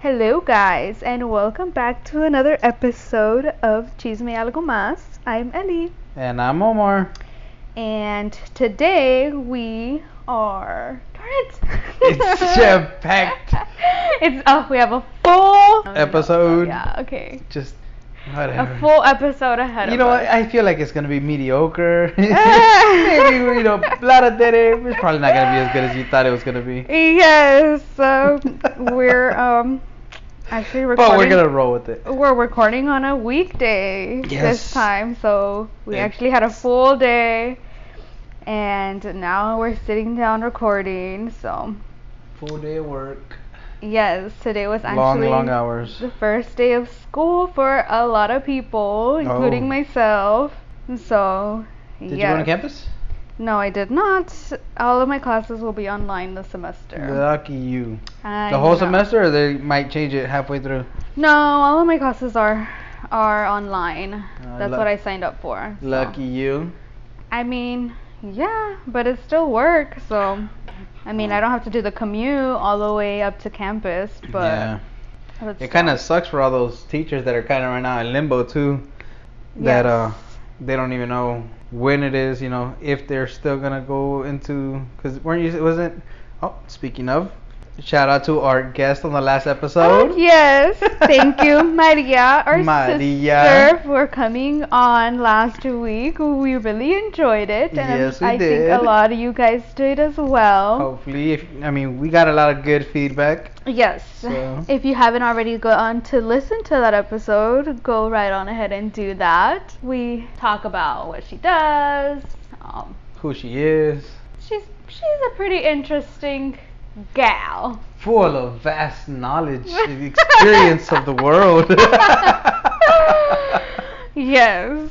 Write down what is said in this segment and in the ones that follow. Hello, guys, and welcome back to another episode of Chisme Algo Mas. I'm Ellie, And I'm Omar. Oh, and today we are. Darn it! It's jam-packed. It's oh, we have a full Episode. Yeah, okay. Just A whatever. full episode ahead you of know what? us. I feel like it's gonna be mediocre. Maybe you know, Lara did it. It's probably not gonna be as good as you thought it was gonna be. Yes, so we're um actually recording. Oh. But we're gonna roll with it. We're recording on a weekday this Yes. time, so we Ex- actually had a full day, and now we're sitting down recording. So Full day of work. yes, today was actually Long, long hours. the first day of school for a lot of people, including Oh. myself. So Did you yes. go on campus? No, I did not. All of my classes will be online this semester. Lucky you. I the whole know. semester, or they might change it halfway through. No, all of my classes are are online. That's luck- what I signed up for. so. Uh, Lucky you. I mean, yeah, but it's still work. So, I mean, I don't have to do the commute all the way up to campus, but yeah. but it's It kind still- of sucks for all those teachers that are kind of right now in limbo too. That uh, they don't even know when it is. You know, if they're still gonna go into because weren't you wasn't? Oh, speaking of, shout out to our guest on the last episode. Oh, yes, thank you, Maria, our Maria. sister, for coming on last week. We really enjoyed it, and Yes, we I think did. a Oh, lot of you guys did as well. Hopefully, if I mean we got a lot of good feedback. Yes. So- If you haven't already gone to listen to that episode, go right on ahead and do that. We talk about what she does. Um, Who she is, she's she's a pretty interesting gal. full of vast knowledge, and experience of the world. yes.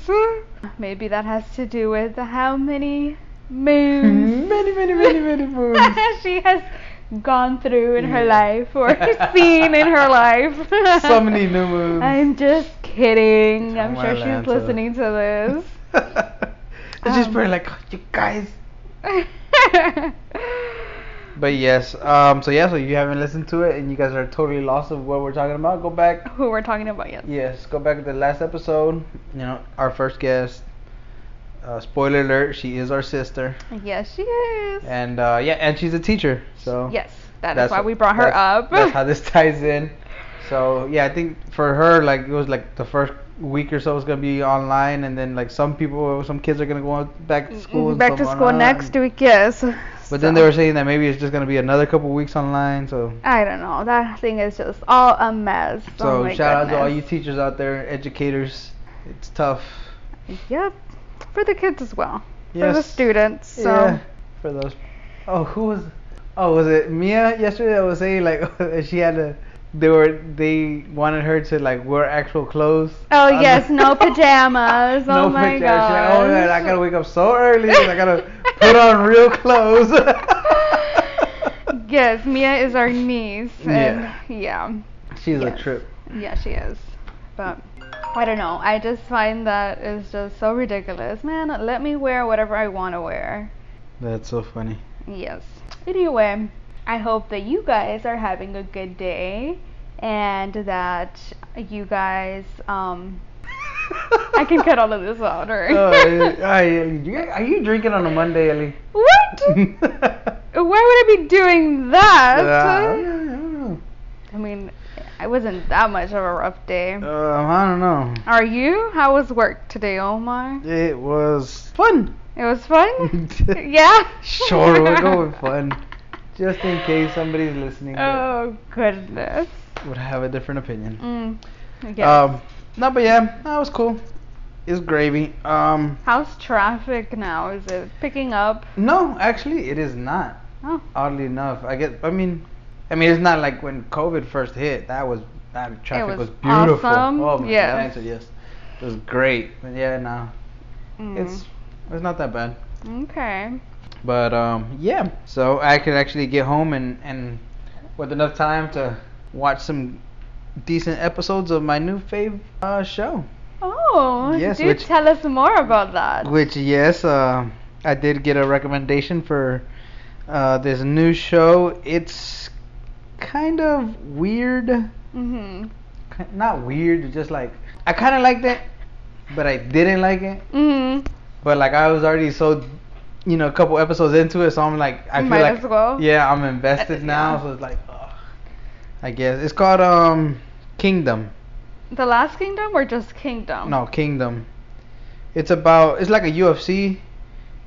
Maybe that has to do with how many moons many, many, many, many moons. she has gone through in her Yeah. life or seen in her life. so many new moons. I'm just kidding. I'm Somewhere sure she's Atlanta. listening to It's just Um, probably like, "Oh, you guys. this. But yes, um, so yeah, so you haven't listened to it and you guys are totally lost of what we're talking about. Go back. Who we're talking about, yes. Yes, go back to the last episode. You know, our first guest. Uh, spoiler alert: She is our sister, Yes, she is. and uh, yeah, and she's a teacher. So yes, that is that's why wh- we brought her that's- up. That's how this ties in. So yeah, I think for her, like it was like the first week or so was gonna be online, and then like some people, some kids are gonna go on- back to school. and Mm, Back to some are school not. next week, yes. But then they were saying that maybe it's just gonna be another couple weeks online. So I don't know. That thing is just all a mess. so oh my shout out to all you goodness. teachers out there, educators. It's tough. Yep. For the kids as well. For the Yes. students. So Yeah. For those. Oh, who was? Oh, was it Mia yesterday that was saying like she had a. They were they wanted her to like wear actual clothes. Oh on the- yes, no pajamas. oh no my pajamas. She's like, oh man, I gosh. gotta wake up so early. and I gotta put on real clothes. Yes, Mia is our niece. And Yeah. yeah. She's Yes. a trip. Yeah, she is. But I don't know. I just find that is just so ridiculous. Man, let me wear whatever I want to wear. That's so funny. Yes. Anyway, I hope that you guys are having a good day and that you guys um I can cut all of this out, alright? Oh, eh, ay, Ellie, you- are you drinking on a Monday, Ellie? what? Why would I be doing that? Uh, I mean, it wasn't that much of a rough day. Um, I don't know. Are you? How was work today, Omar? It was fun. It was fun? yeah? sure, we'll go with fun. Just in case somebody's listening that Oh, goodness. would have a different opinion. Oh. Mm. Yes. Um, no, but yeah, that was cool. It's gravy. Um, How's traffic now? Is it picking up? no, actually, it is not. Oh, Oddly enough, I guess. I mean, I mean, it's not like when COVID first hit. That was that traffic was was, beautiful. awesome, Oh my yes. God, answer yes. It was great. But yeah, no, mm. it's it's not that bad. okay. But um, yeah. So I could actually get home and and with enough time to watch some decent episodes of my new fave uh, show. Oh, Yes, do which- tell us more about that. Which yes, uh, I did get a recommendation for uh, this new show. It's kind of weird. Mhm. ki- Not weird, just like I kind of liked it, but I didn't like it. Mhm. But like I was already so, you know, a couple episodes into it, so I'm like, I feel Might like, as well. yeah, I'm invested Uh, now. yeah. So it's like, ugh, I guess it's called um Kingdom. The Last Kingdom or just Kingdom? No, Kingdom. It's about it's like a UFC.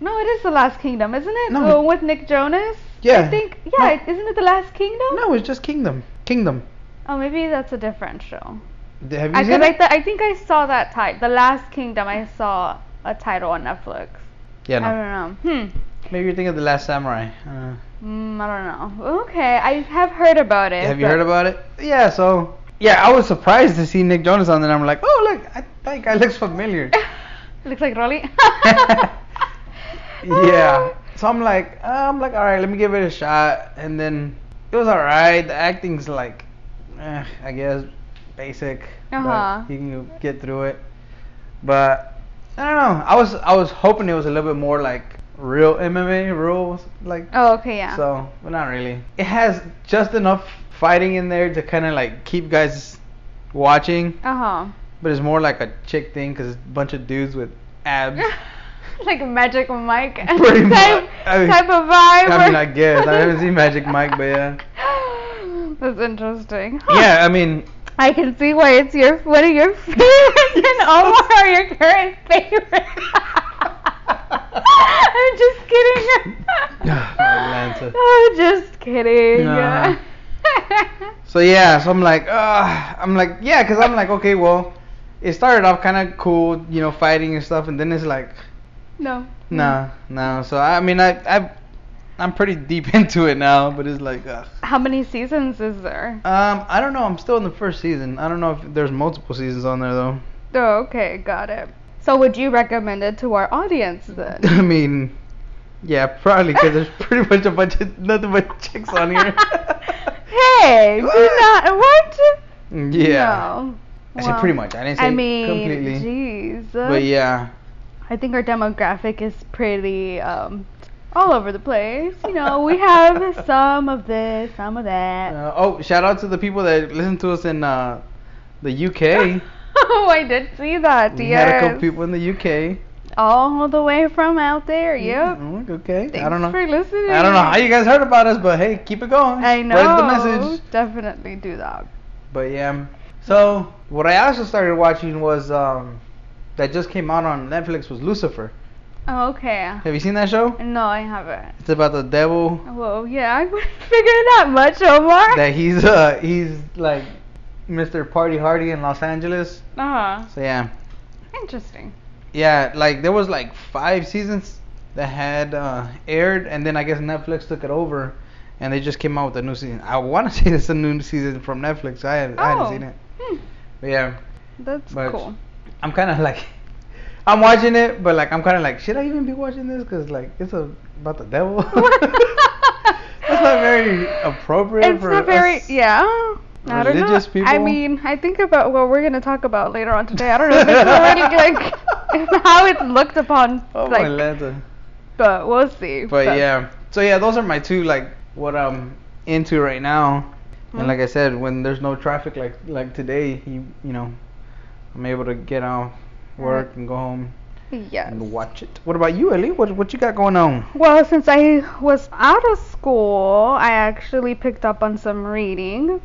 No, it is The Last Kingdom, isn't it? No. The one with Nick Jonas? Yeah. I think, yeah, No. it- isn't it The Last Kingdom? No, it's just Kingdom. Kingdom. Oh, maybe that's a different show. D- Have you Because seen I, it? th- I think I saw that title. The Last Kingdom, I saw a title on Netflix. yeah, no. I don't know. Hmm. Maybe you're thinking of the Last Samurai. Uh, Mm, I don't know. Okay, I have heard about it. have you but- heard about it? Yeah. So yeah, I was surprised to see Nick Jonas on there. I'm like, oh look, I, that guy looks familiar. Looks like Rolly. yeah. So I'm like, uh, I'm like, all right, let me give it a shot, and then it was all right. The acting's like, eh, I guess, basic. but Uh-huh. You can get through it, but I don't know. I was I was hoping it was a little bit more like real MMA rules, like. Oh, okay, yeah. So, but not really. It has just enough fighting in there to kind of like keep guys watching, Uh but it's more like a chick thing because it's a bunch of dudes with abs. huh. like Magic Mike Pretty much. type, I mean- type of vibe. I mean, or- I guess. I haven't seen Magic Mike, but yeah. That's interesting. Yeah, I mean, I can see why it's your one of your favorites and Omar your current favorite. I'm just kidding. Ah, my Lanta. Oh, just kidding. Nah. so yeah, so I'm like, uh, I'm like, yeah, because I'm like, okay, well, it started off kind of cool, you know, fighting and stuff, and then it's like, no. nah, no. So I mean, I, I, I'm pretty deep into it now, but it's like, ugh. How many seasons is there? Um, I don't know. I'm still in the first season. I don't know if there's multiple seasons on there though. Oh, okay, got it. So would you recommend it to our audience then? I mean, yeah, probably because there's pretty much a bunch of nothing but chicks on here. hey, do What? not what? yeah. No. I said pretty much. I didn't say I mean, completely. Jeez. But yeah. I think our demographic is pretty um, all over the place. You know, we have some of this, some of that. Uh, oh, shout out to the people that listen to us in uh, the UK. oh, I did see that. We had a yes. couple people in the UK. all the way from out there. Yep. Mm, Okay. Thanks I don't know. for listening. I don't know how you guys heard about us, but hey, keep it going. I know. Spread the message. Definitely do that. But yeah. um, So what I also started watching was um that just came out on Netflix was Lucifer. Oh, Okay. Have you seen that show? No, I haven't. It's about the devil Well, yeah, I wouldn't figure that much, Omar. that he's uh he's like Mr. Party Hardy in Los Angeles. Uh huh. So yeah. Interesting. Yeah, like there was like five seasons that had uh aired and then I guess Netflix took it over and they just came out with a new season. I wanna say it's a new season from Netflix. I had I hadn't Oh. seen it. Hmm. But yeah. That's But- cool. I'm kind of like, I'm watching it, but like I'm kind of like, should I even be watching this? Cause like it's a, about the devil. That's not very appropriate It's for not very, us. yeah. I don't know. religious I people. mean, I think about what we're gonna talk about later on today. I don't know if it's already like how it's looked upon, Oh my like, lanta. but we'll see. But yeah, so yeah, those are my two like what I'm into right now. Mhm. And like I said, when there's no traffic like like today, you you know, I'm able to get off work and go home Hmm. yes. and watch it. What about you, Ellie? What what you got going on? Well, since I was out of school, I actually picked up on some reading,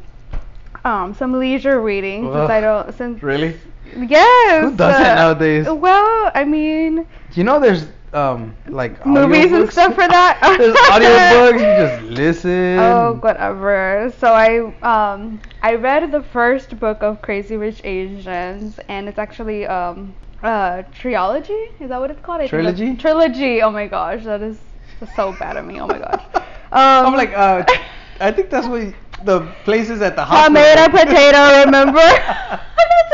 um, some leisure reading. Since I Ugh. don't, since Really? yes. uh, Who does that nowadays? Well, I mean, You know, there's um like movies and audiobooks? stuff for that. There's audiobooks. You just listen. Oh, whatever. So I um I read the first book of Crazy Rich Asians, and it's actually um uh trilogy. Is that what it's called? I think that's- Trilogy? Trilogy. Oh my gosh, that is so bad of me. Oh my gosh. Um, I'm like, uh, I think that's what the places at the hospital. tomato, potato. Remember?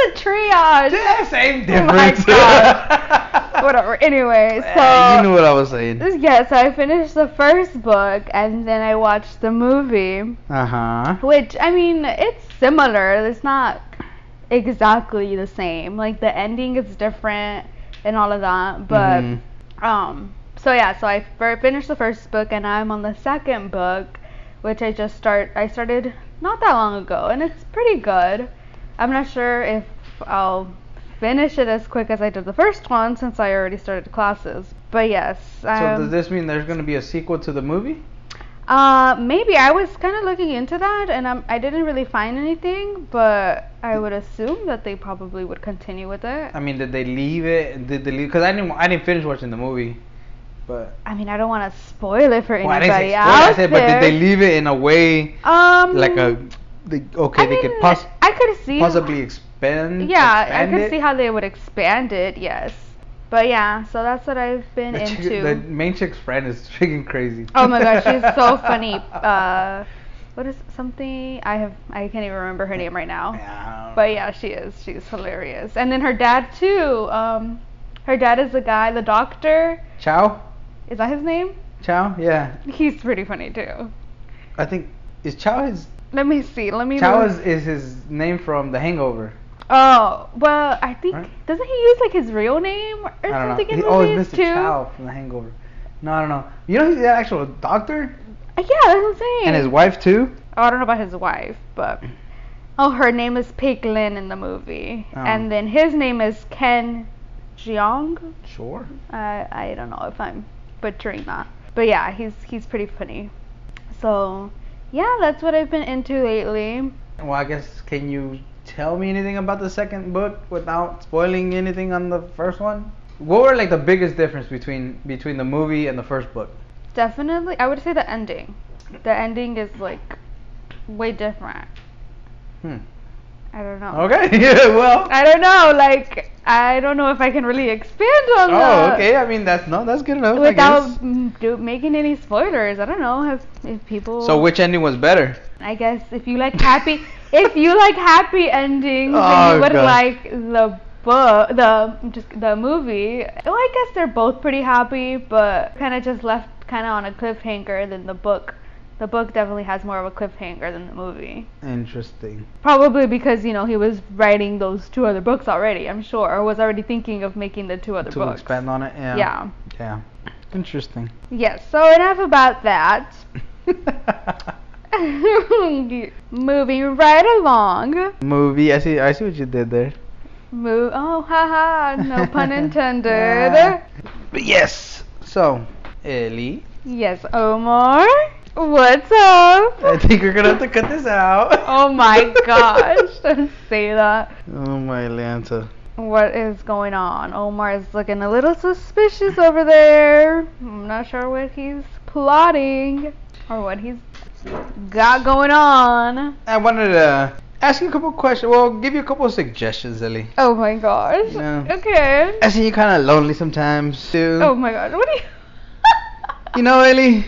That's a triage. Yeah, same Oh my difference. Whatever. Anyway, so. Eh, you knew what I was saying. yeah, so I finished the first book and then I watched the movie. Uh huh. Which I mean, it's similar. It's not exactly the same. Like the ending is different and all of that. But Mm-hmm. um, so yeah. So I fir- finished the first book and I'm on the second book, which I just start. I started not that long ago, and it's pretty good. I'm not sure if I'll finish it as quick as I did the first one since I already started classes. But yes, so um, does this mean there's gonna be a sequel to the movie? uh, maybe I was kind of looking into that, and um, I didn't really find anything, but I would assume that they probably would continue with it. I mean, did they leave it? Did they leave? Because I didn't, I didn't finish watching the movie, but I mean, I don't want to spoil it for Well, I anybody didn't say spoil, out I said, but there. did they leave it in a way um, like a, they, okay, I they could mean, poss- I could see possibly expand. Yeah, expand I could it? see how they would expand it. Yes, but yeah, so that's what I've been the, chick- into. the main chick's friend is freaking crazy. Oh my gosh, she's so funny. Uh, what is something I have? I can't even remember her name right now. Yeah, But yeah, she is. She's hilarious. And then her dad too. Um, her dad is the guy, the doctor. Chow, Is that his name? Chow, yeah. He's pretty funny too. I think is Chow his Let me see. Let me. Chow look. is, is his name from The Hangover. Oh well, I think Right? doesn't he use like his real name or I don't something know. in He- movies oh, it's Mr. too? Chow from The Hangover. No, I don't know. You know he's the actual doctor Uh, Yeah, that's what I'm saying. and his wife too. oh, I don't know about his wife, but oh, her name is Piglin in the movie, Oh. and then his name is Ken Jeong. Sure. I I don't know if I'm butchering that, but yeah, he's he's pretty funny. So yeah, that's what I've been into lately. Well, I guess can you tell me anything about the second book without spoiling anything on the first one? What were like the biggest difference between between the movie and the first book? Definitely, I would say the ending. The ending is like way different. Hmm. I don't know. Okay. Yeah, well. Oh. I don't know. Like, I don't know if I can really expand on that. Oh, okay. I mean, that's no, that's good enough. I Without guess. mm, do, making any spoilers, I don't know if, if people. So which ending was better? I guess if you like happy, if you like happy endings, then Oh, you would God. like the book, the just the movie. Oh, I guess they're both pretty happy, but kind of just left kind of on a cliffhanger than the book. The book definitely has more of a cliffhanger than the movie. Interesting. Probably because you know he was writing those two other books already. I'm sure, or was already thinking of making the two other To books. expand on it. Yeah. yeah. Yeah. Interesting. Yes. So enough about that. Moving right along. Movie. I see. I see what you did there. Move. Oh, haha. No pun intended. Yeah. But yes. So, Ellie, Yes, Omar. What's up? I think we're gonna have to cut this out. Oh my gosh. Don't say that. Oh my Lanta. What is going on? Omar is looking a little suspicious over there. I'm not sure what he's plotting or what he's got going on. I wanted to ask you a couple questions. Well, give you a couple suggestions, Ellie. Oh my gosh. Yeah. Okay. I see you're kind of lonely sometimes too. Oh my god. What are you? You know, Ellie,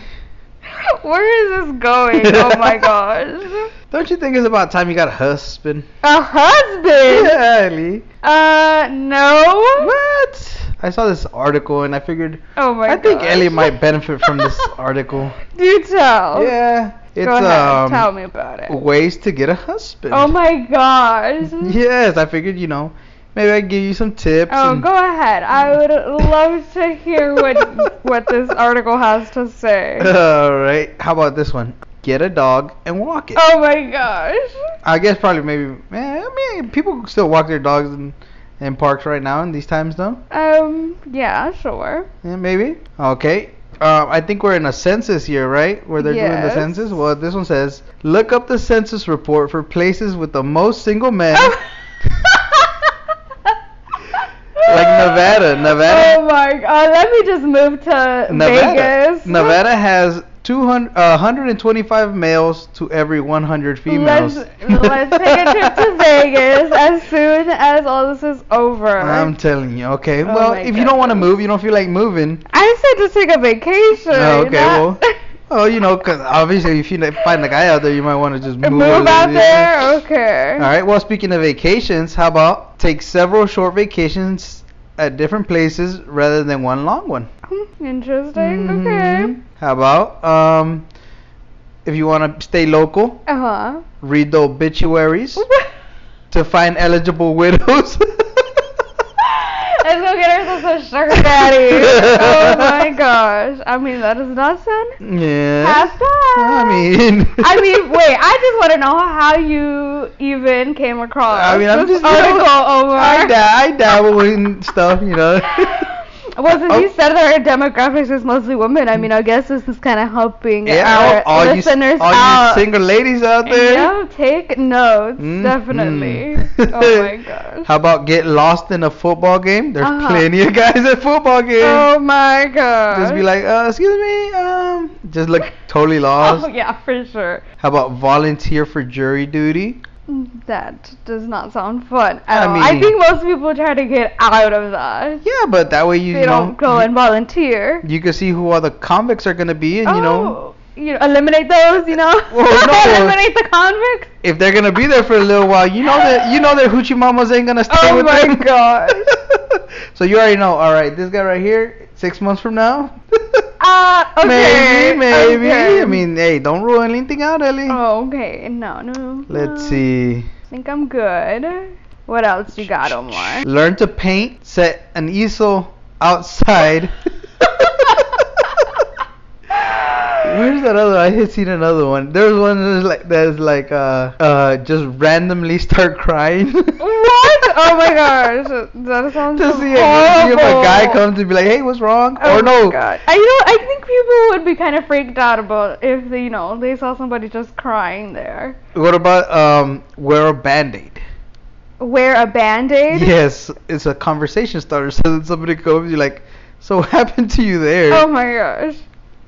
Where is this going? Oh my gosh. don't you think it's about time you got a husband? A husband? Yeah, Ellie. Uh, no. What? I saw this article and I figured Oh my I think gosh. Ellie might benefit from this article. Do tell. Yeah, it's Oh. Go ahead. um tell me about it. ways to get a husband. Oh my gosh. Yes, I figured you know maybe I could give you some tips. Oh, and- go ahead. I would love to hear what what this article has to say. All right. How about this one? Get a dog and walk it. Oh my gosh. I guess probably maybe. Man, I mean, people still walk their dogs in, in parks right now in these times, though. Um, yeah, sure. Yeah, maybe. Okay. Um, I think we're in a census year, right? Where they're doing Yes. the census. Well, this one says look up the census report for places with the most single men, Oh. like Nevada. Nevada. Oh my god. Let me just move to Nevada. Vegas. Nevada has 200, uh, 125 males to every 100 females. Let's, let's take a trip to Vegas as soon as all this is over. I'm telling you. Okay. Oh well, my if you don't want to goodness. move, you don't feel like moving. I said just take a vacation. Oh, okay, not- well, Oh, you know, 'cause obviously if you like, find a guy out there, you might want to just move, move, over out yeah. there. Okay. All right. Well, speaking of vacations, how about take several short vacations at different places rather than one long one? Hmm, Interesting. Mhm. How about um, if you want to stay local, Okay. Uh read the Oh obituaries huh. to find eligible widows. Let's go get ourselves a sugar daddy. oh my gosh. I mean, that does not sound Yeah. half bad. I mean. I mean, wait. I just want to know how you even came across I mean, I'm this just you know, article over. I, da- I dabble in stuff, you know. Well, since Oh. you said that our demographics is mostly women, I mean, I guess this is kind of helping yeah, all, our all you, listeners all out. you single ladies out there. Yeah, take notes, Mm, definitely. mm. oh my gosh. How about get lost in a football game? There's Uh-huh. plenty of guys at football games. Oh my gosh. Just be like, uh, excuse me, um, just look totally lost. Oh yeah, for sure. How about volunteer for jury duty? That does not sound fun at I all. I mean- think most people try to get out of that. Yeah, but that way you, They you know, don't go and volunteer. you can see who all the convicts are gonna be, and you know, Oh, you know, eliminate those. You know, Well, no. eliminate the convicts. if they're gonna be there for a little while, you know that you know that hoochie mamas ain't gonna stay Oh with my them. gosh. so you already know. All right, this guy right here, six months from now. Uh, okay. maybe, maybe. okay. I mean, hey, don't rule anything out, Ellie. Oh, okay. No, no. Let's no. see. I think I'm good. What else you got, Omar? Learn to paint. Set an easel outside. Where's that other? I had seen another one. There's one that's like that's like uh uh just randomly start crying. What? Oh my gosh. That sounds to see, if- to see horrible. if a guy comes and be like, hey, what's wrong? Oh or no, my God. I know. I think people would be kind of freaked out about if they, you know they saw somebody just crying there. what about um wear a band-aid? Wear a band-aid. Yes, it's a conversation starter. So then somebody comes, you're like, so what happened to you there? Oh my gosh.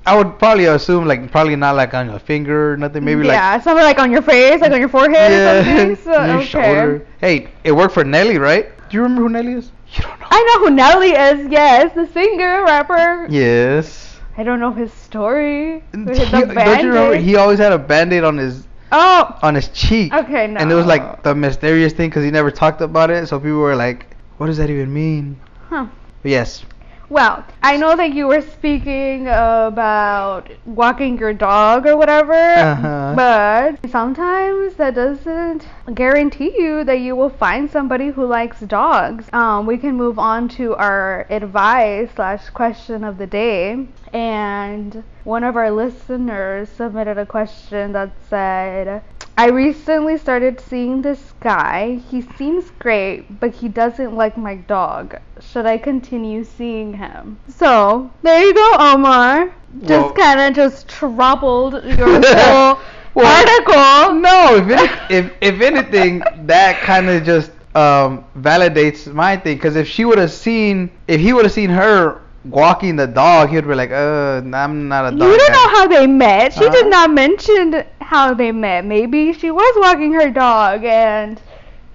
I would probably assume like probably not like on your finger or nothing. Maybe yeah, like something like on your face, like on your forehead or something. So, your okay. shoulder. Hey, it worked for Nelly, right? Do you remember who Nelly is? You don't know. I know who Nelly is. Yes, the singer, rapper. yes. I don't know his story. Mm, He- With the don't you remember? Band-Aid. He always had a band-aid on his Oh. on his cheek. Okay. No. And it was like the mysterious thing because he never talked about it. So people were like, what does that even mean? Huh. But yes. Well, I know that you were speaking about walking your dog or whatever, Uh-huh. but sometimes that doesn't guarantee you that you will find somebody who likes dogs. Um, we can move on to our advice slash question of the day, and one of our listeners submitted a question that said. I recently started seeing this guy. He seems great, but he doesn't like my dog. Should I continue seeing him? So, there you go, Omar. Well- Just kind of just troubled your whole Well- article. No, if any, if if anything, that kind of just um, validates my thing. Because if she would have seen, if he would have seen her walking the dog, he would be like, uh, nah, I'm not a dog. You don't guy." know how they met. She did Uh-huh. not mention how they met. Maybe she was walking her dog and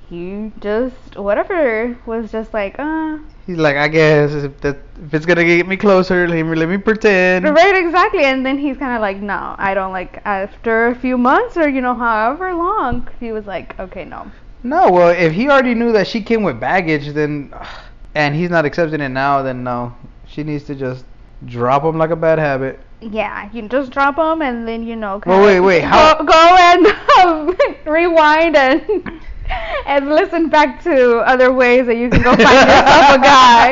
he just, whatever, was just like, uh, He's like, I guess if that if it's gonna get me closer, let me let me pretend. Right, exactly. And then he's kind of like, no, I don't like. After a few months or you know, however long, he was like, okay, no. No, well, if he already knew that she came with baggage, then, and he's not accepting it now, then no, she needs to just drop him like a bad habit. Yeah, you just drop him and then you know. Well, wait, wait, Go, how- go and um, rewind and and listen back to other ways that you can go find yourself a guy.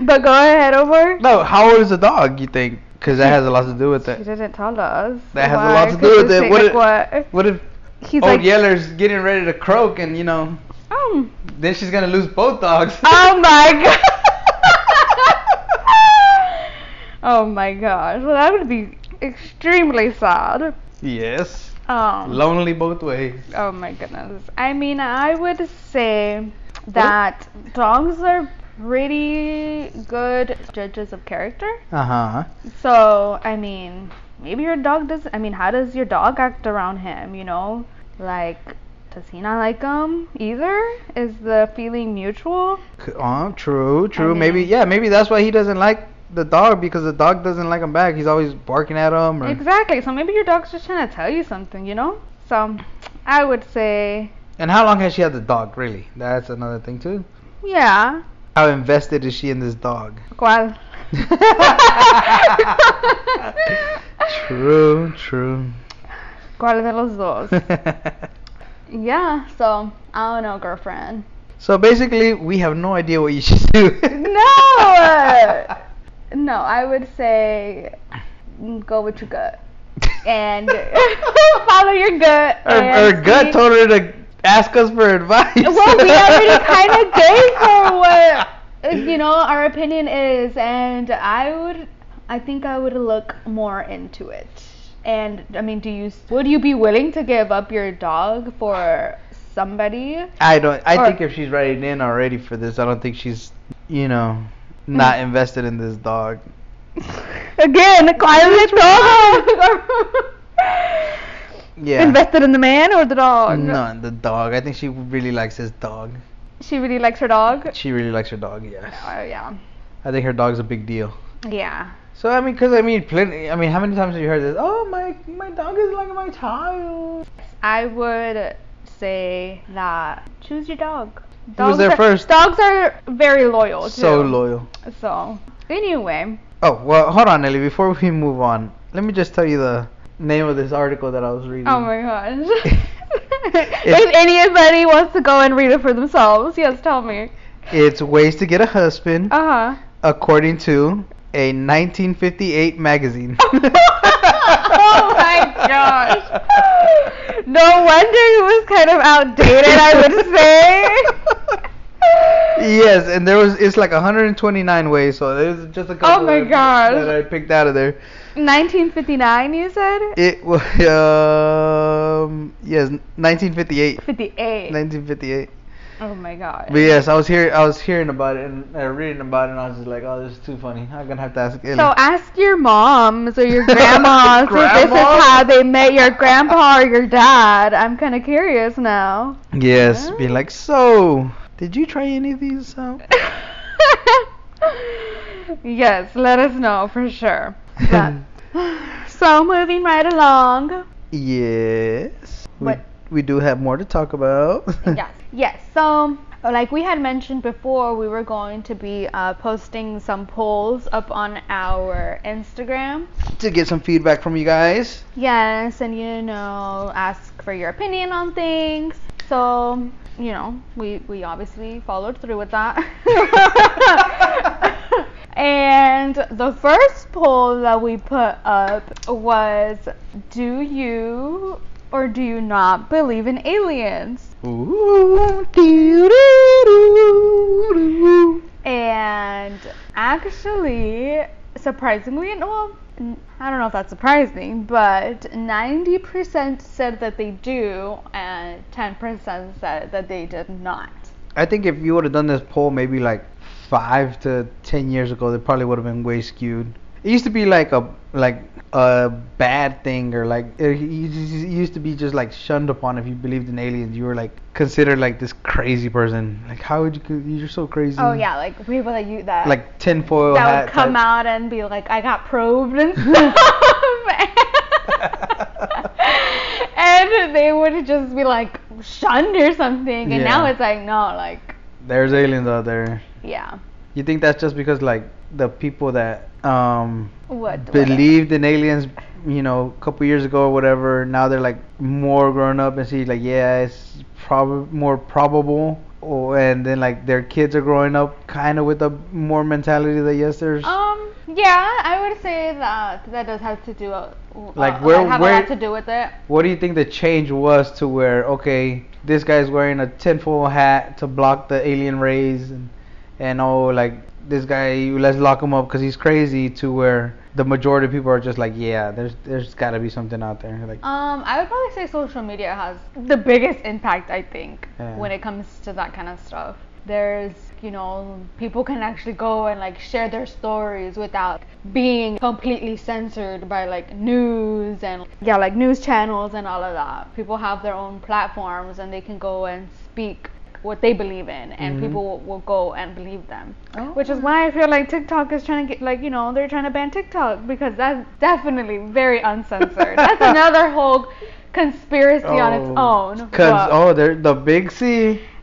But go ahead, over. No, how old is the dog? You think? Because that has a lot to do with He it. didn't tell us. That has a Why? lot to do Could with you say, it. Oh, What like, what? What if He's old like, Yeller's getting ready to croak and you know, oh. then she's gonna lose both dogs. Oh my god. oh my gosh. Well, that would be extremely sad. yes, Um, lonely both ways. oh my goodness. I mean, I would say that dogs are pretty good judges of character. Uh Uh-huh. huh. So, I mean, maybe your dog does. I mean, how does your dog act around him? You know, like, does he not like him either? Is the feeling mutual? Oh, true, true. maybe mean- yeah, maybe that's why he doesn't like the dog because the dog doesn't like him back. He's always barking at him. Or, Exactly. So maybe your dog's just trying to tell you something, you know? So I would say, and how long has she had the dog? Really, that's another thing too. yeah. How invested is she in this dog? ¿Cuál? True, true. ¿Cuál de los dos? yeah, so I don't know, girlfriend. So basically, we have no idea what you should do. No! No, I would say mm, go with your gut and follow your gut. Our, our and gut see- told her to ask us for advice. Well, we already kind of gave her what uh, you know our opinion is, and I would, I think I would look more into it. And I mean, do you would you be willing to give up your dog for somebody? I don't. I Or- think if she's writing in already for this, I don't think she's, you know, Hmm. not invested in this dog. Again, climate dog. Yeah. in the man or the dog? No, the dog. I think she really likes his dog. She really likes her dog. She really likes her dog. Yeah. Oh yeah. I think her dog's a big deal. Yeah. So I mean, 'cause I mean, plenty. I mean, how many times have you heard this? Oh my, my dog is like my child. I would say that choose your dog. Dogs was there are, first. Dogs are very loyal. So too. loyal. So anyway, Oh well, hold on, Nelly. Before we move on, let me just tell you the name of this article that I was reading. oh my gosh. if anybody wants to go and read it for themselves, yes, tell me. It's ways to get a husband, Uh huh. according to a 1958 magazine. oh my gosh. No wonder it was kind of outdated, I would say. Yes, and there was it's like 129 ways, so there's just a couple Oh my that, gosh. that I picked out of there. 1959, you said? It was um yes, 1958, 58. 1958. oh my gosh. But yes, I was here I was hearing about it and uh, reading about it, and I was just like, oh, this is too funny. I'm gonna have to ask. Ellie. So ask your moms or your grandmas if this Grandmas? is how they met your grandpa or your dad. I'm kind of curious now. yes, uh, be like, so did you try any of these? Um? yes, let us know for sure. But- so moving right along. yes. What? We, we do have more to talk about. yes, yes. So like we had mentioned before, we were going to be uh, posting some polls up on our Instagram. to get some feedback from you guys. Yes, and you know, ask for your opinion on things. So, you know, we, we obviously followed through with that. and the first poll that we put up was Do you or do you not believe in aliens? Ooh, doo-doo-doo-doo-doo. And actually, surprisingly, and well, n- I don't know if that's surprising, but 90% said that they do, and 10% said that they did not. I think if you would have done this poll maybe like five to ten years ago, it probably would have been way skewed. It used to be like a like a bad thing or like it u- u- used to be just like shunned upon if you believed in aliens. You were like considered like this crazy person. Like how would you? co- You're so crazy. Oh yeah, like people that you that Mm. Like tinfoil that hat. would come type. out and be like, I got probed and stuff. and they would just be like shunned or something. And now Yeah. it's like, no, like, There's aliens out there. yeah. You think that's just because like the people that um What? what- believed in aliens, you know, a couple years ago or whatever. Now they're like more grown up and see like, yeah, it's prob- more probable. Or and then like their kids are growing up kind of with a more mentality that yes, there's Um. Yeah, I would say that that does have to do uh, Like, uh, where- have a where- lot to do with it. What do you think the change was to where okay, this guy's wearing a tinfoil hat to block the alien rays, and and oh like this guy let's lock him up because he's crazy to where the majority of people are just like yeah, there's there's got to be something out there like Um, I would probably say social media has the biggest impact. I think Yeah. when it comes to that kind of stuff. There's, you know, people can actually go and like share their stories without being completely censored by like news and yeah, like news channels and all of that. People have their own platforms and they can go and speak what they believe in, and Mhm. people will, will go and believe them. Which is why I feel like TikTok is trying to get like you know they're trying to ban TikTok because that's definitely very uncensored. that's another whole conspiracy on its own. oh. Cause but- oh, they're the big C.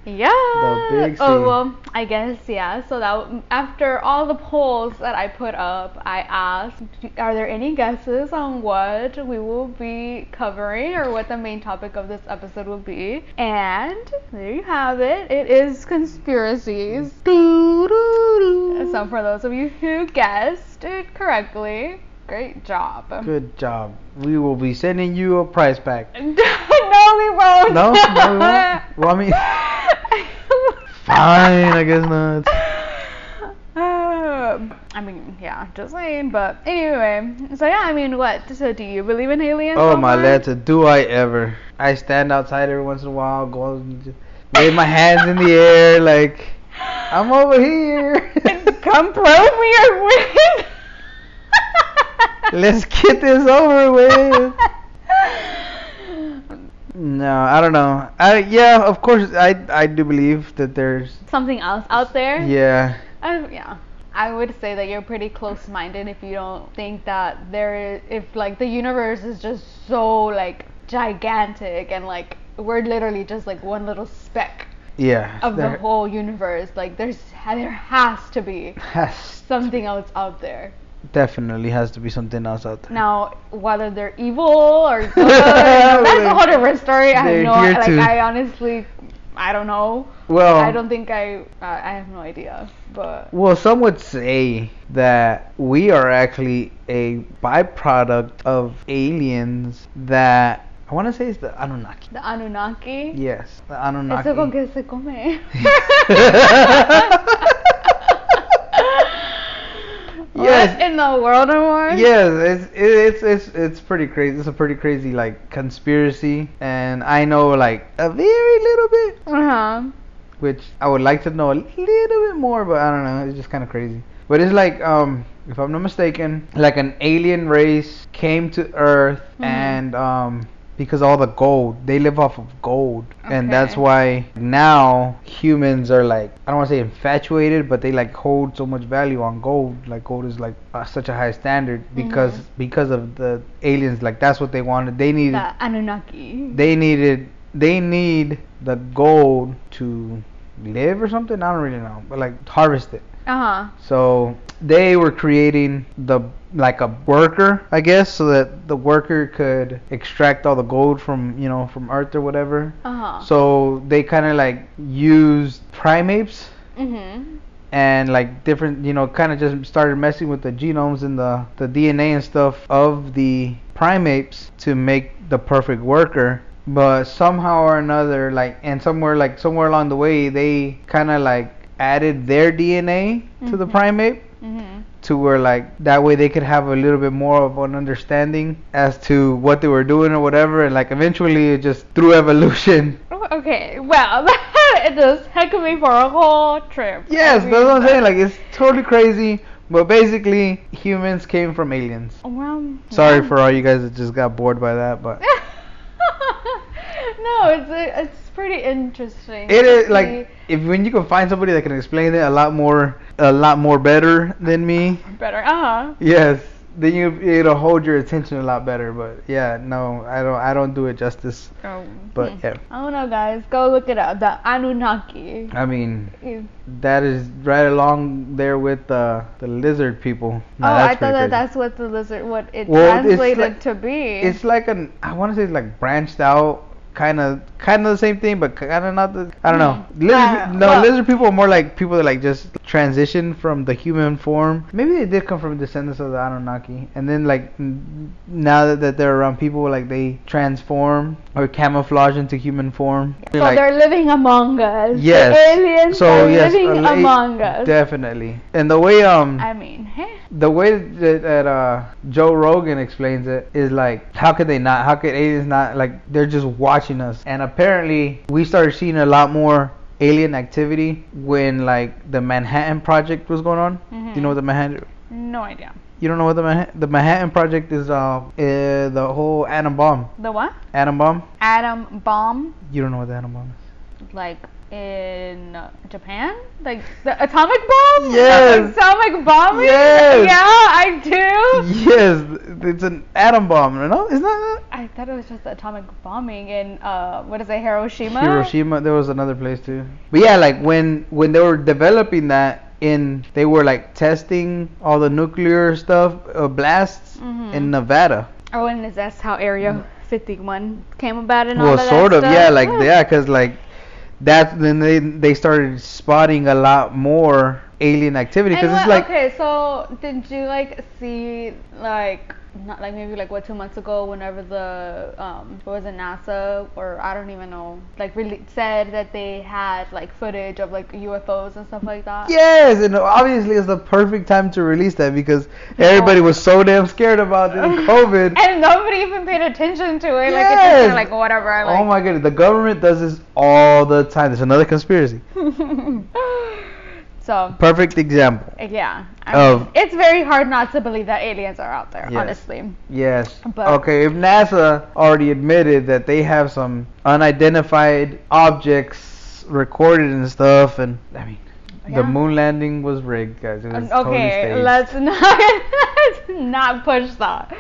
Yeah. big Oh C. well, I guess yeah. So that after all the polls that I put up, I asked, are there any guesses on what we will be covering or what the main topic of this episode will be? And there you have it. It is conspiracies. So for those of you who guessed it correctly, great job. Good job. We will be sending you a prize pack. no, we won't. No? No, we won't? Well, I mean- Fine, I guess not. Um, I mean, yeah, just saying. But anyway, so yeah, I mean, what? So do you believe in aliens? Oh my Omar? lads, do I ever? I stand outside every once in a while, go and just wave my hands in the air like I'm over here. Come throw me your wig. Let's get this over with. No, I don't know. I yeah, of course I I do believe that there's Something else out there? yeah. I, yeah. I would say that you're pretty close-minded if you don't think that there is, if like the universe is just so like gigantic and like we're literally just like one little speck Yeah. of the there whole universe. Like there's there has to be has something else out there. definitely has to be something else out there. Now whether they're evil or good, that's a whole different story. I have They're no here like too. Um, I honestly I don't know. Well, I don't think I uh, I I have no idea. But Well, some would say that we are actually a byproduct of aliens that I want to say it's the Anunnaki. the Anunnaki. Yes, the Eso con Anunnaki. que se come. Yes. What in the world, Amor? Yes, it's it's it's it's pretty crazy. It's a pretty crazy like conspiracy, and I know like a very little bit, Uh huh. which I would like to know a little bit more, but I don't know. It's just kind of crazy. But it's like, um, if I'm not mistaken, like an alien race came to Earth, Mhm. and um, because all the gold, they live off of gold, and that's Okay. why now humans are like, I don't want to say infatuated, but they like hold so much value on gold. Like gold is like uh, such a high standard because Mhm. because of the aliens. Like that's what they wanted. They needed The Anunnaki. they needed they need the gold to live or something i don't really know but like harvest it uh huh. so they were creating the like a worker i guess so that the worker could extract all the gold from you know from earth or whatever Uh huh. so they kind of like used primates Mhm. and like different you know kind of just started messing with the genomes and the the DNA and stuff of the primates to make the perfect worker but somehow or another like and somewhere like somewhere along the way they kind of like added their DNA to the Mhm. primate Mhm. to where like that way they could have a little bit more of an understanding as to what they were doing or whatever and like eventually it just through evolution Oh, Okay. Well, it does heck of me for a whole trip. Yes, I that's what I'm mean, uh, saying. Like it's totally crazy, but basically humans came from aliens. Well. Sorry yeah. for all you guys that just got bored by that, but no, it's it's pretty interesting. it to is see like if when you can find somebody that can explain it a lot more, a lot more better than me. better. Uh huh. Yes, then you it'll hold your attention a lot better. But yeah, no, I don't I don't do it justice. Oh. But yeah, I don't know, guys. Go look it up. The Anunnaki. I mean You- that is right along there with the the lizard people. oh, No, I thought pretty that crazy. that's what the lizard, what it Well, it's translated like- to be. it's like an I want to say it's like branched out kind of kind of the same thing but kind of not the I don't know Mm. lizard, Yeah, no well- lizard people are more like people that like just transition from the human form maybe they did come from descendants of the Anunnaki and then like n- now that, that they're around people like they transform or camouflage into human form so Like, they're living among us. The Yes. aliens so are yes uh, living a la- among us. definitely and the way um I mean, hey. the way that, that uh, Joe Rogan explains it is like, how could they not? How could aliens not? Like, they're just watching us. And apparently, we started seeing a lot more alien activity when like the Manhattan Project was going on. Do you know what the Manhattan? Mm-hmm. No idea. You don't know what the Manhattan? The Manhattan Project is uh, uh the whole atom bomb. The what? Atom bomb. Atom bomb? You don't know what the atom bomb is. Like in Japan? Like the atomic bomb? Yes. The atomic bombing? Yes. Oh, Yeah, I do. Yes, it's an atom bomb, no? Isn't that I thought it was just the atomic bombing in uh what is it, Hiroshima? Hiroshima? There was another place too. But yeah, like when when they were developing that, in they were like testing all the nuclear stuff, uh, blasts Mhm. in Nevada. Oh, and that's how Area 51 came about and all Mm. of well, that sort of, stuff. yeah, like yeah, because like that. Then they they started spotting a lot more alien activity And because it's what- like okay, so did you like see like not like maybe like what two months ago whenever the um what was it NASA or I don't even know like really said that they had like footage of like UFOs and stuff like that. Yes, and obviously it's the perfect time to release that because everybody was so damn scared about the COVID. And nobody even paid attention to it. Like it's just Yes. kinda like whatever. Like, oh my goodness, the government does this all the time. There's another conspiracy. So Perfect example. yeah, I Of- mean, it's very hard not to believe that aliens are out there. Oh. Yes. Honestly. Yes. But- okay, if NASA already admitted that they have some unidentified objects recorded and stuff, and I mean, Yeah. the moon landing was rigged, guys. It was Um, totally okay, staged. let's not let's not push that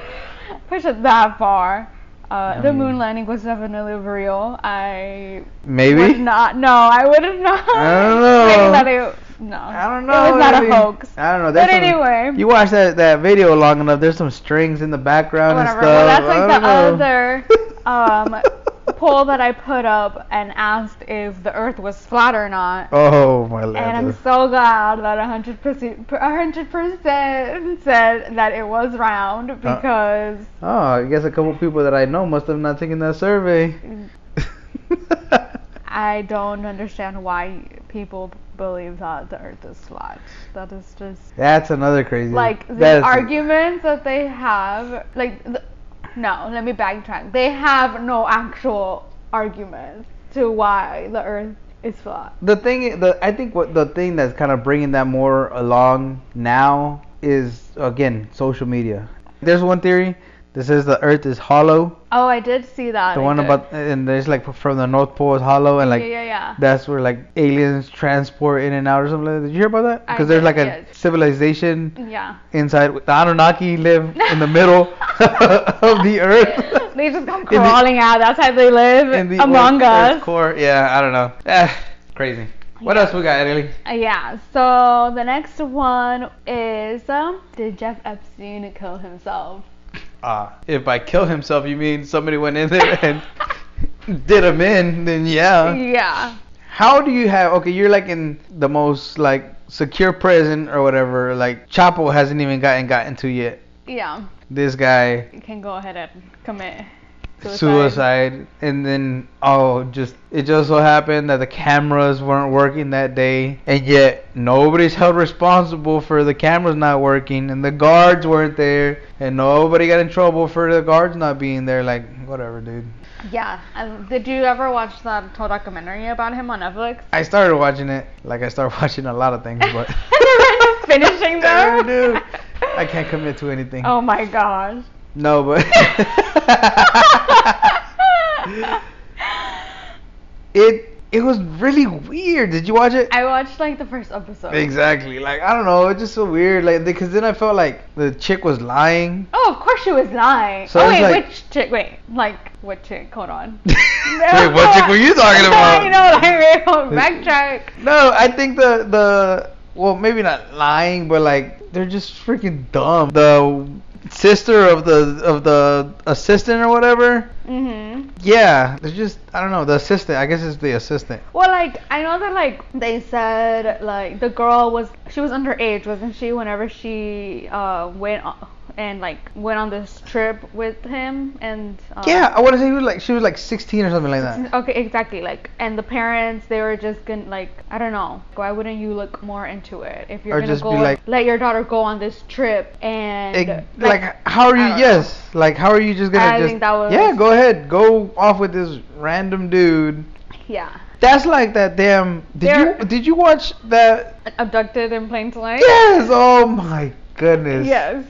push it that far. Uh, No, the you- moon landing was definitely real. I would Maybe. not. No, I would have not. I don't know. think that it- no, I don't It know. was not I mean, a hoax. I don't know. But That's some- anyway, You watch that, that video long enough, there's some strings in the background whatever. and Well, stuff. that's I like the don't know. other um, poll that I put up and asked if the Earth was flat or not. Oh my And I'm lord. so glad that 100% 100% said that it was round Uh, because Oh, I guess a couple people that I know must have not taken that survey. I don't understand why people believe that the earth is flat. That is just that's another crazy. like the Mm, that is- arguments that they have like the, no, let me backtrack. They have no actual arguments to why the earth is flat. The thing, the I think what the thing that's kind of bringing that more along now is again social media. There's one theory that says the Earth is hollow. Oh, I did see that. The I one did. about and there's like from the North Pole is hollow and like yeah, yeah, yeah. That's where like aliens transport in and out or something. Like that. Did you hear about that? I Because there's did, like a yes. civilization yeah. inside. The Anunnaki live in the middle of the earth. They just come the- crawling out. That's how they live in the among Earth- us. Earth core. Yeah, I don't know. Eh, crazy. What Yeah. else we got, Italy? Uh, Yeah, so the next one is um, Did Jeff Epstein kill himself? Ah, if by kill himself you mean somebody went in there and did him in, then yeah. yeah. How do you have? Okay, you're like in the most like secure prison or whatever. Like Chapo hasn't even gotten gotten to yet. Yeah. This guy You can go ahead and commit suicide. suicide. and then oh just it just so happened that the cameras weren't working that day and yet nobody's held responsible for the cameras not working and the guards weren't there and nobody got in trouble for the guards not being there like whatever dude Yeah. Um, did you ever watch that whole documentary about him on Netflix? i started watching it like i started watching a lot of things but Finishing I, them? do. I can't commit to anything Oh my gosh. no but it it was really weird did you watch it I watched like the first episode. Exactly. Like I don't know. It's just so weird. Like because then I felt like the chick was lying. Oh, of course she was lying. So oh, it's wait, like- which chick? Wait, like, what chick? Hold on. Wait, what chick were you talking you about? know, like, hold- backtrack. No, I think the the well maybe not lying, but like they're just freaking dumb. The sister of the of the assistant or whatever. hmm Yeah, they're just I don't know the assistant. I guess it's the assistant. Well, like, I know that, like, they said, like, the girl was, she was underage, wasn't she, whenever she uh, went o- and, like, went on this trip with him and. Um, Yeah, I want to say he was like she was like 16 or something like that. Okay, exactly. Like, and the parents, they were just gonna like, I don't know. Why wouldn't you look more into it if you're Or gonna just be go like- let your daughter go on this trip and It- like, how are I you? don't know. Yes, like how are you just gonna I just think that was- yeah? Go ahead, go off with this random dude. yeah, That's like that damn. Did There- you did you watch that? abducted in plain sight. Yes. Oh my goodness. Yes.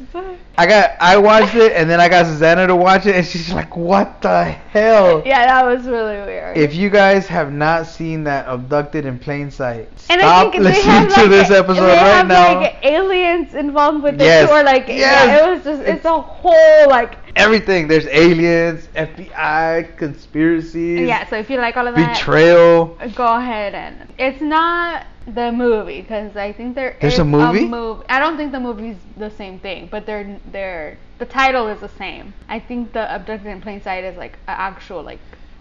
I got I watched it and then I got Susanna to watch it and she's like, What the hell? Yeah, that was really weird. If you guys have not seen that abducted in plain sight, and I stop think they listening have to like, this a- episode they right have, now. like aliens involved with Yes. this or like Yes. yeah, it was just it's a whole like Everything. There's aliens, FBI, conspiracies, yeah. So if you like all of that, betrayal. go ahead and it's not the movie because I think there There's is a movie? mov- I don't think the movie's the same thing, but they're they're the title is the same. I think the abducted in plain sight is like a actual like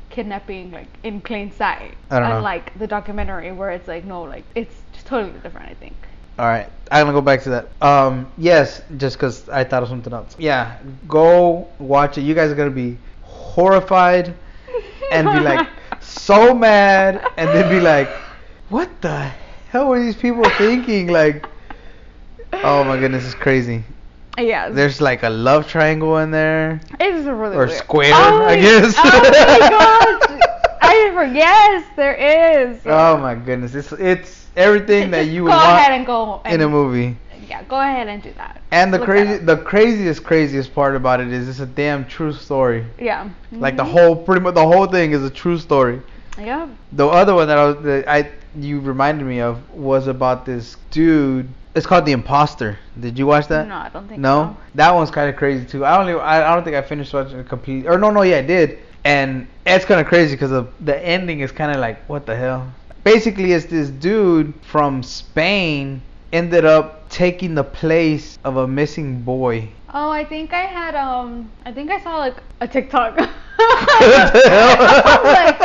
kidnapping like in plain sight. I don't know. Unlike the documentary where it's like no like it's just totally different. I think. All right, I'm gonna go back to that. Um, yes, just 'cause I thought of something else. Yeah, go watch it. You guys are gonna be horrified and be like so mad, and then be like, "What the hell were these people thinking?" Like, oh my goodness, it's crazy. Yes. There's like a love triangle in there, It's really or weird. square, Oh I my- guess. Oh my gosh! I forget. Yes, there is. Oh my goodness, it's it's everything that Just you would go ahead want and go and, in a movie. Yeah, go ahead and do that. And the Look that crazy, up. the craziest, craziest part about it is it's a damn true story. Yeah. Like Mm-hmm. the whole, pretty much the whole thing is a true story. Yeah. The other one that I, was, that I you reminded me of was about this dude. It's called The Imposter. Did you watch that? No, I don't think. No, that one's kind of crazy too. I only, I, I don't think I finished watching it complete. Or no, no, yeah, I did. And it's kind of crazy because the the ending is kind of like, what the hell? Basically, it's this dude from Spain ended up taking the place of a missing boy. so. Oh, I think I had um. I think I saw like a TikTok. the hell? like,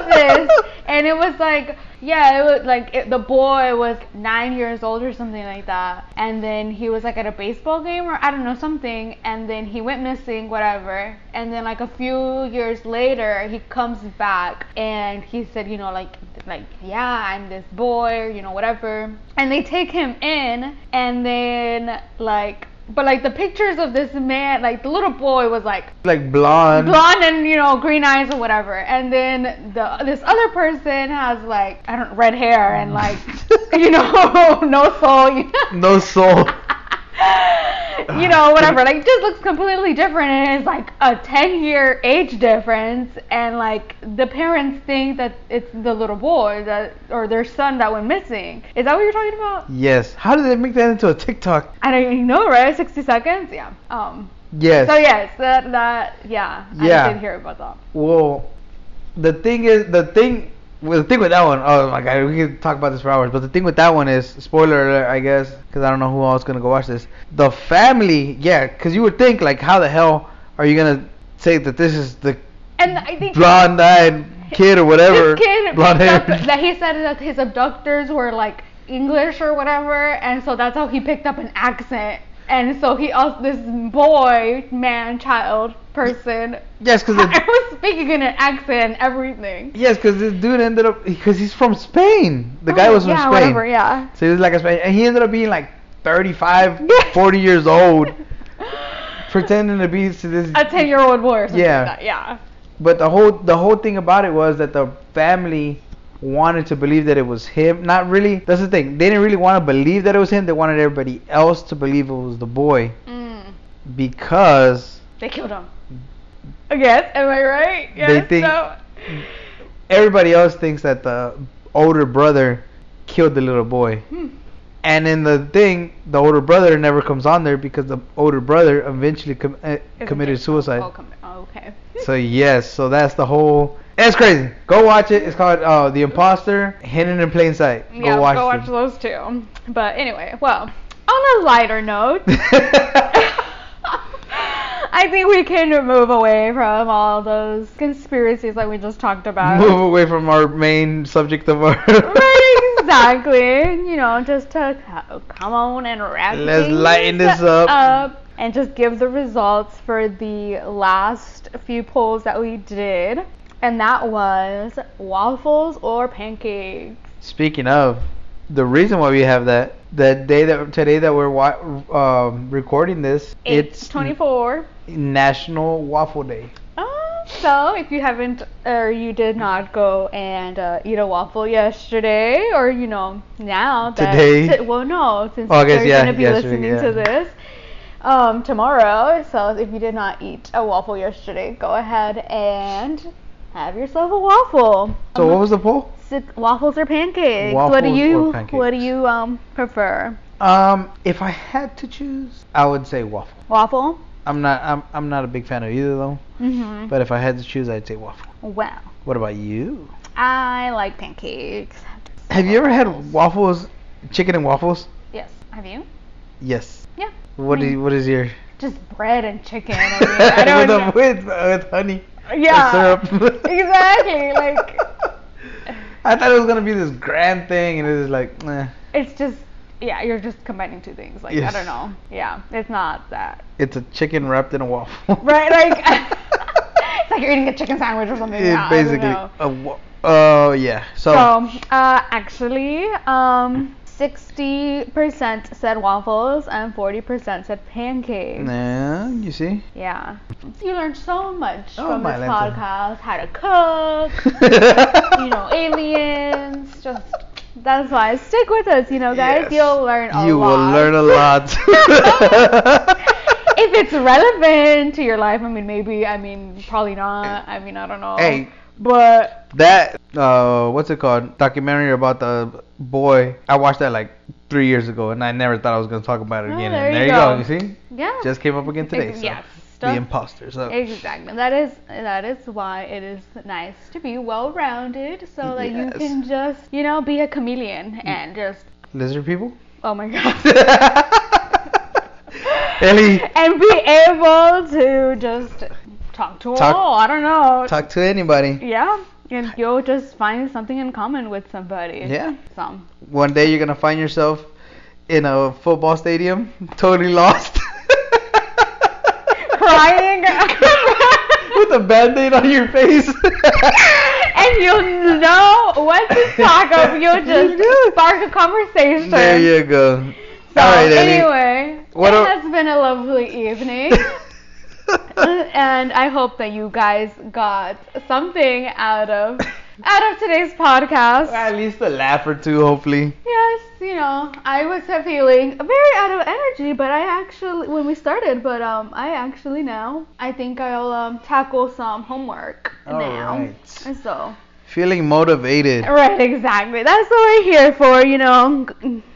of this, and it was like. Yeah, it was like it, the boy was nine years old or something like that, and then he was like at a baseball game or I don't know something, and then he went missing, whatever. And then like a few years later, he comes back and he said, you know, like like yeah, I'm this boy, or, you know, whatever. And they take him in, and then like. But like the pictures of this man, like the little boy was like Like blonde. blonde and you know green eyes or whatever and then the this other person has like i don't red hair and like you know no soul you know, No soul. you know whatever like just looks completely different and it's like a 10 year age difference and like the parents think that it's the little boy that or their son that went missing is that what you're talking about Yes. How did they make that into a TikTok? i don't even know right 60 seconds yeah um Yes. so yes that that yeah, Yeah. i did hear about that Well, the thing is, the thing, well, the thing with that one, oh my god, we can talk about this for hours. But the thing with that one is, spoiler alert, I guess, because I don't know who else gonna go watch this. The family, yeah, because you would think like, how the hell are you gonna say that this is the and i think blonde-eyed kid or whatever, This kid, blonde that, hair? that he said that his abductors were like English or whatever, and so that's how he picked up an accent. And so he also this boy, man, child, person Yes, because I was speaking in an accent, and everything. yes, because this dude ended up because he's from Spain. The guy was from Oh, yeah, Spain. whatever, yeah. So he was like a Spanish, and he ended up being like 35, Yeah. 40 years old, pretending to be to this. A ten-year-old boy or something Yeah. like that. Yeah. But the whole the whole thing about it was that the family wanted to believe that it was him. Not really. That's the thing. They didn't really want to believe that it was him. They wanted everybody else to believe it was the boy Mm, because they killed him. Yes, am I right? Yes. think- so- everybody else thinks that the older brother killed the little boy. Hmm. And in the thing, the older brother never comes on there because the older brother eventually com- uh, Isn't committed it? suicide. Oh, commi- oh, okay. So yes, so that's the whole. It's crazy. Go watch it. It's called uh, The Imposter, Hidden in Plain Sight. Go yeah, watch go watch it. those two. But anyway, well, on a lighter note, I think we can move away from all those conspiracies that we just talked about. Move away from our main subject of our. Right, exactly. You know, just to co- come on and wrap Let's things lighten this up. and just give the results for the last few polls that we did, and that was waffles or pancakes. Speaking of, the reason why we have that the day that today that we're wa- um, recording this, Eight, it's 24. National Waffle Day. Oh, So, if you haven't or you did not go and uh, eat a waffle yesterday, or you know now that Today? t- well, no, since Oh, I guess, you're yeah, gonna be yesterday, listening yeah. to this um, tomorrow. So, if you did not eat a waffle yesterday, go ahead and have yourself a waffle. So what was the poll? Sit- waffles or pancakes? what do Waffles or you what do pancakes? you um prefer? Um, if I had to choose, I would say waffle. Waffle. I'm not I'm, I'm not a big fan of either though. Mhm. But if I had to choose, I'd say waffle. Wow. What about you? I like pancakes. Have you ever had waffles, chicken and waffles? Yes. Have you? Yes. Yeah. What Me. is what is your? Just bread and chicken. I, mean, I don't with, know. a- with, with honey. Yeah. syrup. exactly. Like I thought it was gonna be this grand thing, and it was like, eh, it's just yeah, you're just combining two things. Like I Yes. don't know. Yeah, it's not that. it's a chicken wrapped in a waffle. Right? Like it's like you're eating a chicken sandwich or something. It yeah, I don't basically. know. a wa- Oh yeah. So, So, uh, actually, um, 60% said waffles and 40% said pancakes. yeah, you see. Yeah. You learned so much Oh, from my this lanta. podcast how to cook, you know, aliens. Just that's why stick with us, you know, guys. Yes. You'll learn a lot. You will learn a lot. if it's relevant to your life, I mean, maybe, I mean, probably not. I mean, I don't know. Hey. But that uh, what's it called? Documentary about the boy. I watched that like three years ago, and I never thought I was gonna talk about it Oh, again. there and you there you go. go. You see, yeah. just came up again today. Ex- So. yes, The stuff- imposter. So. Exactly. That is that is why it is nice to be well rounded so that Yes. you can just, you know, be a chameleon and just Lizard people? oh my god. Ellie, and be able to just talk to a Talk- wall. I don't know. talk to anybody. Yeah. And you'll just find something in common with somebody. Yeah. Some. One day you're going to find yourself in a football stadium, totally lost, Crying. with a band aid on your face. and you'll know what to talk of. You'll just spark a conversation. there you go. So, All right, Ellie. anyway, What it a- has been a lovely evening. and I hope that you guys got something out of out of today's podcast. At least a laugh or two, hopefully. Yes, you know, I was feeling very out of energy, but I actually when we started, but um, I actually now I think I'll um tackle some homework All now. right. And so, Feeling motivated. right, exactly. That's what we're here for, you know.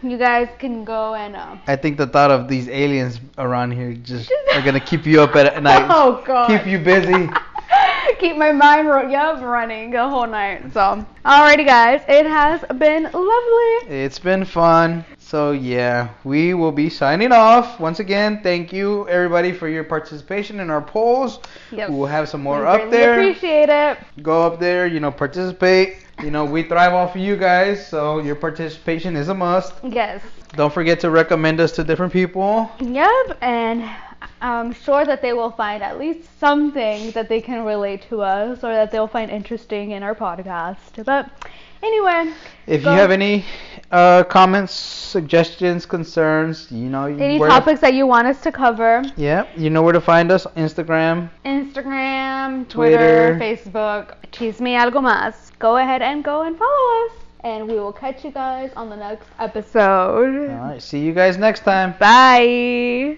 You guys can go and um. I think the thought of these aliens around here just are gonna keep you up at night, Oh God. keep you busy. keep my mind ro- yep, running the whole night. So, alrighty, guys, it has been lovely. It's been fun. So yeah, we will be signing off once again. Thank you everybody for your participation in our polls. Yes. We'll have some more we up greatly there. Appreciate it. Go up there, you know, participate. You know, we thrive off of you guys, so your participation is a must. Yes. Don't forget to recommend us to different people. Yep. And I'm sure that they will find at least something that they can relate to us, or that they'll find interesting in our podcast. But anyway, If Go. you have any uh, comments, suggestions, concerns, you know, you- any where to- topics that you want us to cover, yeah, you know where to find us. Instagram. Instagram, Twitter, Twitter. Facebook, Chisme Algo Mas. Go ahead and go and follow us. And we will catch you guys on the next episode. All right. See you guys next time. Bye.